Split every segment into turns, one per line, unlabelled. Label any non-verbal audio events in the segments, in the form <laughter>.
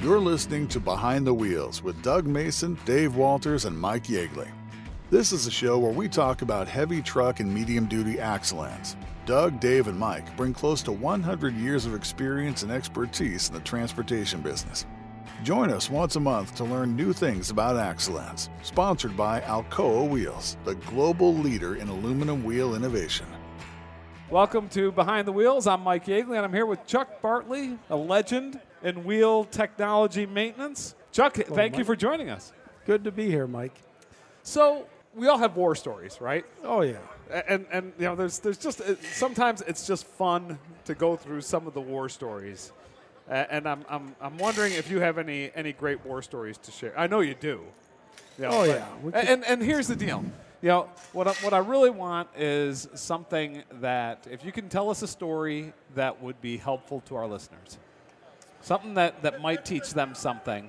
You're listening to Behind the Wheels with Doug Mason, Dave Walters, and Mike Yeagley. This is a show where we talk about heavy truck and medium duty axolans. Doug, Dave, and Mike bring close to 100 years of experience and expertise in the transportation business. Join us once a month to learn new things about axolans, sponsored by Alcoa Wheels, the global leader in aluminum wheel innovation.
Welcome to Behind the Wheels. I'm Mike Yeagley, and I'm here with Chuck Bartley, a legend in wheel technology maintenance. Chuck, thank you
Mike.
for joining us.
Good to be here, Mike.
So, we all have war stories, right?
Oh yeah.
And and you know, there's there's just it, sometimes it's just fun to go through some of the war stories. Uh, and I'm, I'm I'm wondering if you have any any great war stories to share. I know you do. You know,
Oh,
but-
yeah. We
a-
could-
and and here's the deal. You know, what I, what I really want is something that if you can tell us a story that would be helpful to our listeners. Something that, that might teach them something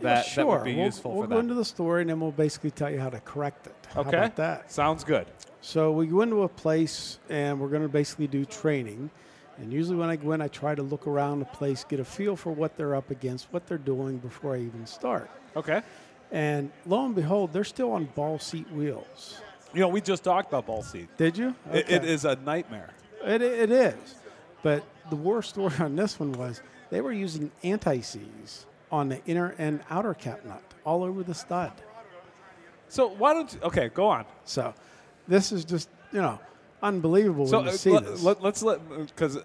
that,
Yeah,
that
sure.
would be
we'll,
useful
we'll
for
go
them.
into the story and then we'll basically tell you how to correct it. How
okay.
about that?
Sounds good.
So we go into a place and we're going to basically do training. And usually when I go in, I try to look around the place, get a feel for what they're up against, what they're doing before I even start.
Okay.
And lo and behold, they're still on ball seat wheels.
You know, we just talked about ball seat.
Did you?
It, it
Okay.
is a nightmare.
It, it is. But the war story on this one was they were using anti seize on the inner and outer cap nut all over the stud.
So why don't you? Okay, go on.
So this is just, you know, unbelievable
So
when
uh,
you see
let,
this.
let, us let because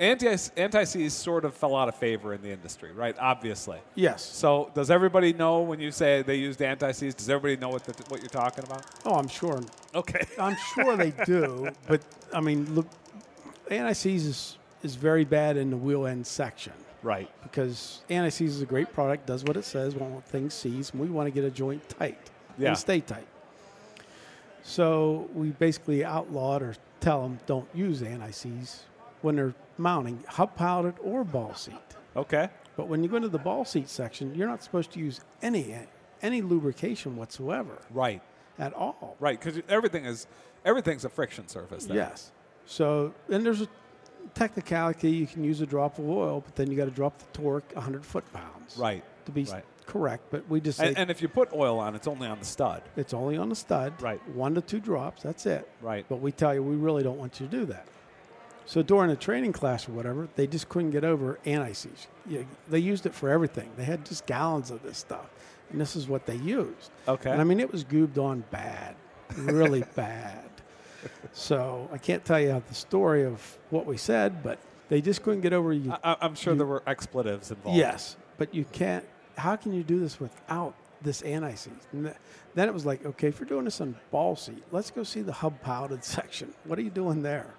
anti anti seize sort of fell out of favor in the industry, right? Obviously.
yes.
So does everybody know when you say they used anti seize? Does everybody know what the, what you're talking about?
Oh, I'm sure. <laughs>
Okay.
I'm sure they do. But, I mean, look, anti seize is, is very bad in the wheel end section.
Right.
Because anti seize is a great product, does what it says, won't let things seize, and we want to get a joint tight
Yeah.
and stay tight. So we basically outlawed or tell them don't use anti seize when they're mounting hub powered or ball seat.
Okay.
But when you go into the ball seat section, you're not supposed to use any any lubrication whatsoever
Right.
at all.
Right. Because everything is everything's a friction surface. There.
Yes. So then there's a technicality you can use a drop of oil, but then you got to drop the torque 100 foot pounds.
Right.
To be s-
Right.
correct, but we just say
And, and if you put oil on, it's only on the stud.
it's only on the stud.
Right.
One to two drops. That's it.
Right.
But we tell you we really don't want you to do that. So during a training class or whatever, they just couldn't get over anti-seize. You- They used it for everything. They had just gallons of this stuff, and this is what they used.
Okay.
And I mean, it was goobed on bad, really <laughs> bad. So I can't tell you the story of what we said, but they just couldn't get over you.
I, I'm sure there were expletives involved.
Yes, but you can't. How can you do this without this anti-seize? And th- then it was like, okay, if you're doing this on ball seat, let's go see the hub powdered <laughs> section. What are you doing there?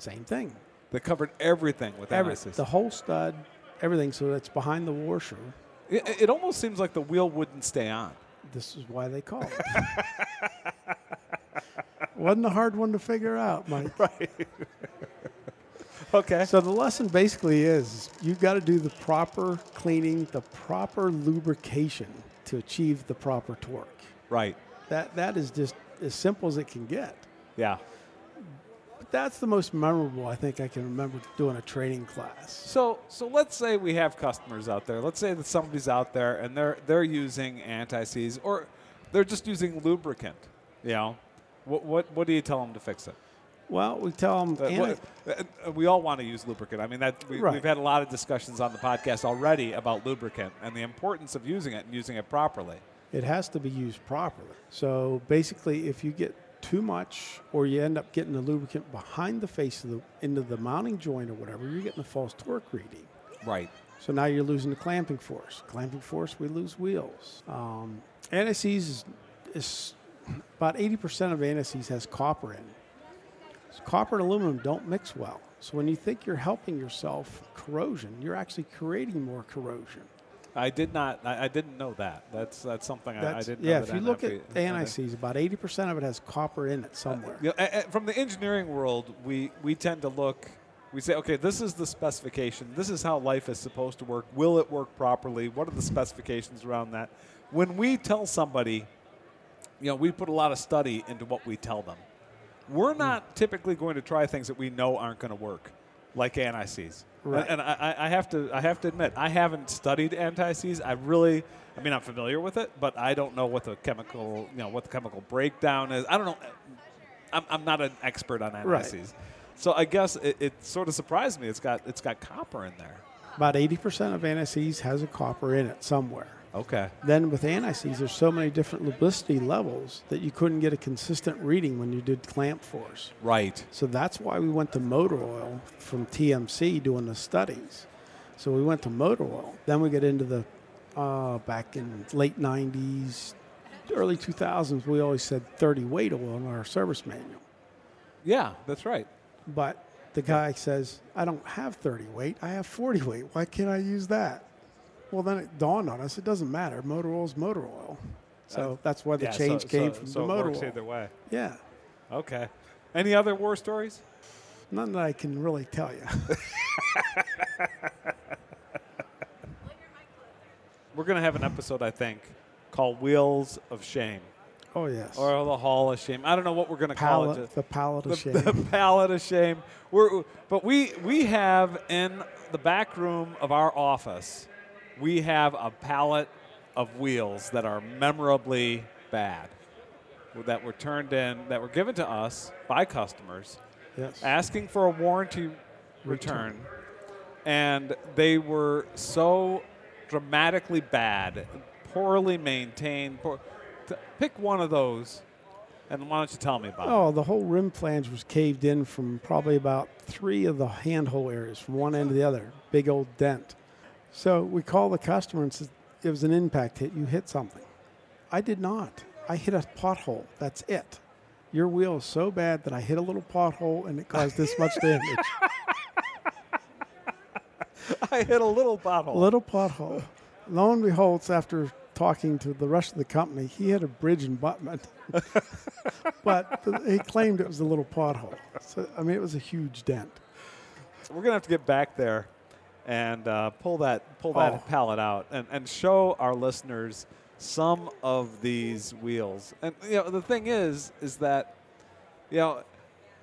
Same thing.
They covered everything with
Every,
anti-seize.
the whole stud, everything. So that's behind the washer.
It, it almost seems like the wheel wouldn't stay
<laughs>
on.
This is why they call it. Wasn't a hard one to figure out, Mike.
Okay.
So the lesson basically is you've got to do the proper cleaning, the proper lubrication to achieve the proper torque.
Right.
That that is just as simple as it can get.
Yeah.
But that's the most memorable I think I can remember doing a training class.
So so let's say we have customers out there. Let's say that somebody's out there and they're they're using anti-seize or they're just using lubricant. You know, what what what do you tell them to fix it?
Well, we tell them,
Uh, what- uh, we all want to use lubricant. I mean, that we,
Right.
we've had a lot of discussions on the podcast already about lubricant and the importance of using it and using it properly.
it has to be used properly. So basically, if you get too much, or you end up getting the lubricant behind the face of the into the mounting joint or whatever, you're getting a false torque reading.
Right.
So now you're losing the clamping force. Clamping force, we lose wheels. Um, anti-seize is, is about 80% of anti-seize has copper in it. So copper and aluminum don't mix well. So when you think you're helping yourself corrosion, you're actually creating more corrosion.
I did not. I, I didn't know that. That's that's something I, I
That's,
didn't.
yeah,
know
if
that
you look at
NFE
anti-seize, about 80% of it has copper in it somewhere.
You know, a- a- from the engineering world, we, we tend to look, we say, okay, this is the specification. This is how life is supposed to work. Will it work properly? What are the specifications around that? When we tell somebody, you know, we put a lot of study into what we tell them. We're not typically going to try things that we know aren't going to work. like anti-seize.
Right.
And, and I, I- I have to I have to admit I haven't studied anti-seize. I really I mean I'm familiar with it, but I don't know what the chemical you know what the chemical breakdown is. I don't know. I'm, I'm not an expert on anti-seize. So I guess it, it sort of surprised me. It's got it's got copper in there.
About 80% of anti-seize has a copper in it somewhere.
Okay.
Then with anti-seize, there's so many different lubricity levels that you couldn't get a consistent reading when you did clamp force.
Right.
So that's why we went to motor oil from TMC doing the studies. So we went to motor oil. Then we get into the uh, back in late 90s, early 2000s, we always said 30 weight oil in our service manual.
Yeah, that's right.
But the guy says, I don't have 30 weight, I have 40 weight. Why can't I use that? Well, then it dawned on us it doesn't matter. Motor oil's motor oil. So that's why the
Uh, Yeah, so-
change came
so,
from
so
the
it
motor
works
oil.
either way.
Yeah.
Okay. Any other war stories?
None that I can really tell you. <laughs>
We're gonna have an episode, I think, called "Wheels of Shame"
oh, yes.
or "The Hall of Shame." I don't know what we're gonna call
palette,
it.
the palette of shame.
the, the palette of shame. We're, but we we have in the back room of our office, we have a palette of wheels that are memorably bad, that were turned in, that were given to us by customers,
yes.
asking for <laughs> a warranty return, and they were so dramatically bad, poorly maintained. Poor, t- pick one of those, and why don't you tell me about it?
Oh, the whole rim flange was caved in from probably about three of the handhole areas, from one end to the other. Big old dent. So we call the customer and says, "It was an impact hit. You hit something." I did not. I hit a pothole. That's it. Your wheel is so bad that I hit a little pothole and it caused this much damage.
<laughs> I hit a little bottle.
little pothole. Lo and behold, it's after talking to the rest of the company, he had a bridge abutment. <laughs> but th- he claimed it was a little pothole. So, I mean, it was a huge dent.
We're gonna have to get back there and uh, pull that pull that
Oh.
pallet out and, and show our listeners some of these wheels. And you know the thing is is that you know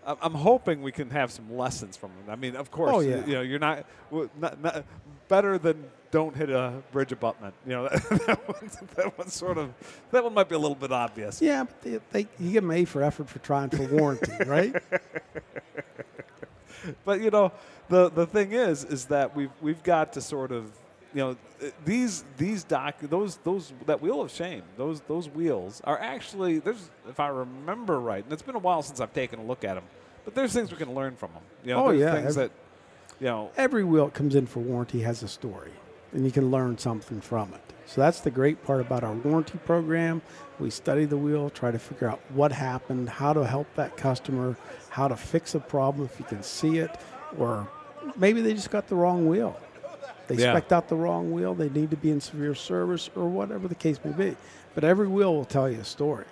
I- I'm hoping we can have some lessons from them. I mean, of course,
Oh,
you-
yeah.
you know you're not, w- not, not better than don't hit a bridge abutment. You know <laughs> that, that, one's, that one's sort of that one might be a little bit obvious.
Yeah, but they, they, you give them A for effort for trying for warranty, right?
But you know, the the thing is, is that we've we've got to sort of, you know, uh, these these doc those those that wheel of shame those those wheels are actually there's if I remember right, and it's been a while since I've taken a look at them, but there's things we can learn from them. You know,
Oh,
there's
yeah,
things
every-
that, you know,
Every wheel that comes in for warranty has a story, and you can learn something from it. So that's the great part about our warranty program. We study the wheel, try to figure out what happened, how to help that customer, how to fix a problem if you can see it, or maybe they just got the wrong wheel. They
Yeah.
spec out the wrong wheel, they need to be in severe service, or whatever the case may be. But every wheel will tell you a story.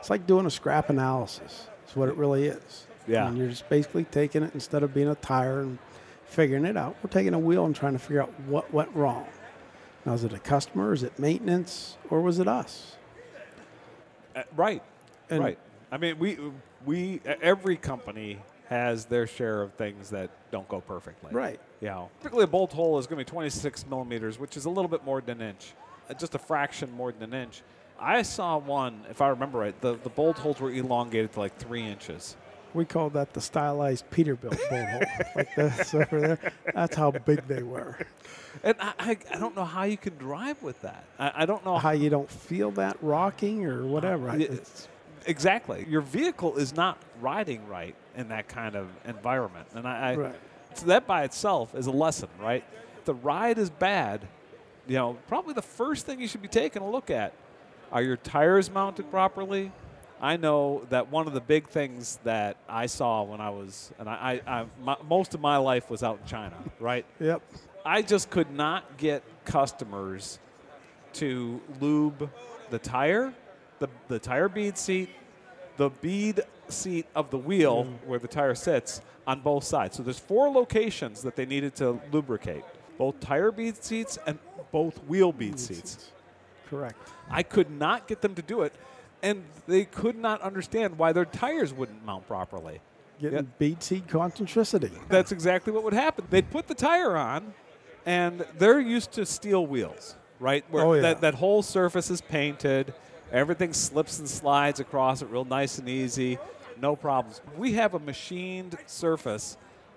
It's like doing a scrap analysis, is what it really is.
Yeah.
And you're just basically taking it instead of being a tire and figuring it out. We're taking a wheel and trying to figure out what went wrong. Now, is it a customer? Is it maintenance? Or was it us?
uh, right,
And-
right. I mean, we we e, every company has their share of things that don't go perfectly.
Right.
you know, typically a bolt hole is going to be 26 millimeters, which is a little bit more than an inch, uh, just a fraction more than an inch. I saw one, if I remember right, the, the bolt holes were elongated to like three inches.
We call that the stylized Peterbilt <laughs> bolt hole, like this over there. That's how big they were.
And I, I, I don't know how you can drive with that. I, I don't know
How you don't feel that rocking or whatever.
Yeah,
It's-
exactly. Your vehicle is not riding right in that kind of environment, and I, I
Right.
so that by itself is a lesson, right? If the ride is bad. You know, probably the first thing you should be taking a look at are your tires mounted properly. I know that one of the big things that I saw when I was, and I, I, I my, most of my life was out in China, right?
Yep.
I just could not get customers to lube the tire, the, the tire bead seat, the bead seat of the wheel where the tire sits on both sides. So there's four locations that they needed to lubricate both tire bead seats and both wheel bead seats.
Correct.
I could not get them to do it, and they could not understand why their tires wouldn't mount properly.
getting
Yep.
bead seat concentricity.
That's exactly what would happen. They'd put the tire on, and they're used to steel wheels, right? Where
Oh, yeah.
that, that whole surface is painted, everything slips and slides across it real nice and easy, no problems. We have a machined surface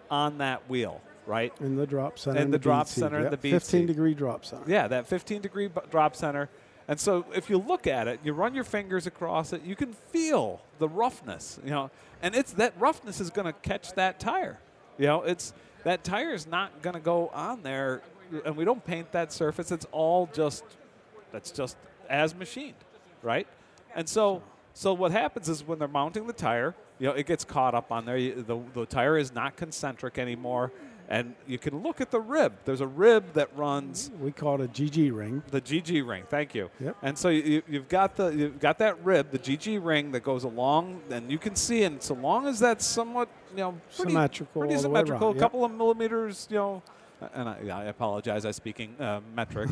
on that wheel, right?
In the drop center.
And the
bead
drop
seat.
center and
Yep,
the bead
15
seat.
degree drop center.
Yeah, that 15 degree b- drop center. And so if you look at it, you run your fingers across it, you can feel the roughness, you know. And it's that roughness is going to catch that tire. You know, it's that tire is not going to go on there and we don't paint that surface. It's all just that's just as machined, right? And so, so what happens is when they're mounting the tire, you know, it gets caught up on there. You, the, the tire is not concentric anymore, and you can look at the rib. There's a rib that runs
We call it a GG ring.
the GG ring. Thank you.
Yep.
And so you, you've got the you've got that rib, the GG ring that goes along, and you can see. And so long as that's somewhat you know pretty,
Symmetrical
pretty
all the way around,
symmetrical, a
yep.
couple of millimeters, you know. And I, I apologize, I speaking uh, <laughs> metric.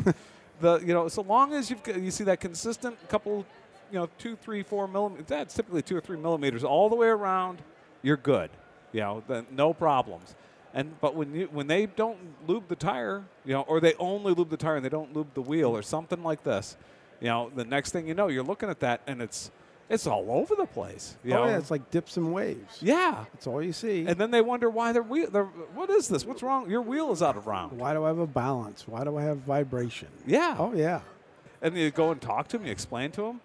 the you know so long as you've got, you see that consistent couple, you know two, three, four millimeters. That's typically two or three millimeters all the way around. You're good. You know, the, no problems. And but when you when they don't lube the tire, you know, or they only lube the tire and they don't lube the wheel or something like this, you know, the next thing you know, you're looking at that and it's it's all over the place. You
Oh,
know?
yeah, it's like dips and waves.
yeah.
That's all you see.
And then they wonder why their wheel. Their, what is this? What's wrong? Your wheel is out of round.
Why do I have a balance? Why do I have vibration?
Yeah.
Oh, yeah.
And you go and talk to them. You explain to them.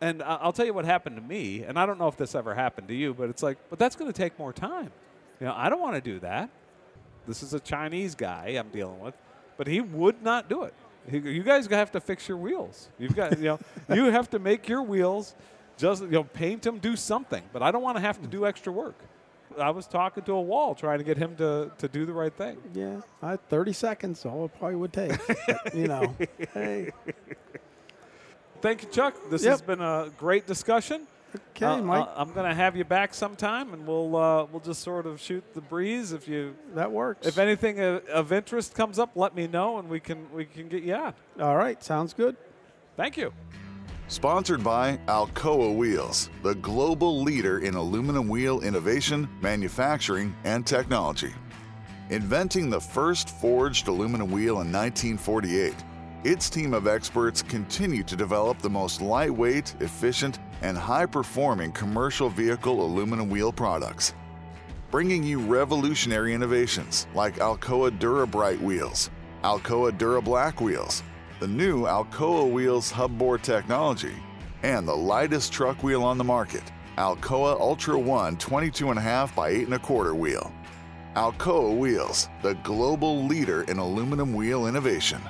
And I- I'll tell you what happened to me. And I don't know if this ever happened to you, but it's like, but that's going to take more time. You know, I don't want to do that. This is a Chinese guy I'm dealing with, but he would not do it. He, you guys have to fix your wheels. You've got, you know, you have to make your wheels, just you know, paint them, do something. But I don't want to have to do extra work. I was talking to a wall trying to get him to, to do the right thing.
Yeah. I, 30 seconds, all it probably would take. But, you
<laughs>
know, hey.
Thank you, Chuck. This
Yep.
has been a great discussion.
Okay,
Uh,
Mike,
uh, I'm going to have you back sometime, and we'll uh, we'll just sort of shoot the breeze. If you
that works.
if anything of, of interest comes up, let me know, and we can we can get you on.
all right. Sounds good.
Thank you.
Sponsored by Alcoa Wheels, the global leader in aluminum wheel innovation, manufacturing, and technology. Inventing the first forged aluminum wheel in 1948, its team of experts continue to develop the most lightweight, efficient, and high performing commercial vehicle aluminum wheel products bringing you revolutionary innovations like Alcoa DuraBright wheels, Alcoa DuraBlack wheels, the new Alcoa Wheels hub bore technology, and the lightest truck wheel on the market, Alcoa Ultra One 22.5 by 8.25 wheel. Alcoa Wheels, the global leader in aluminum wheel innovation.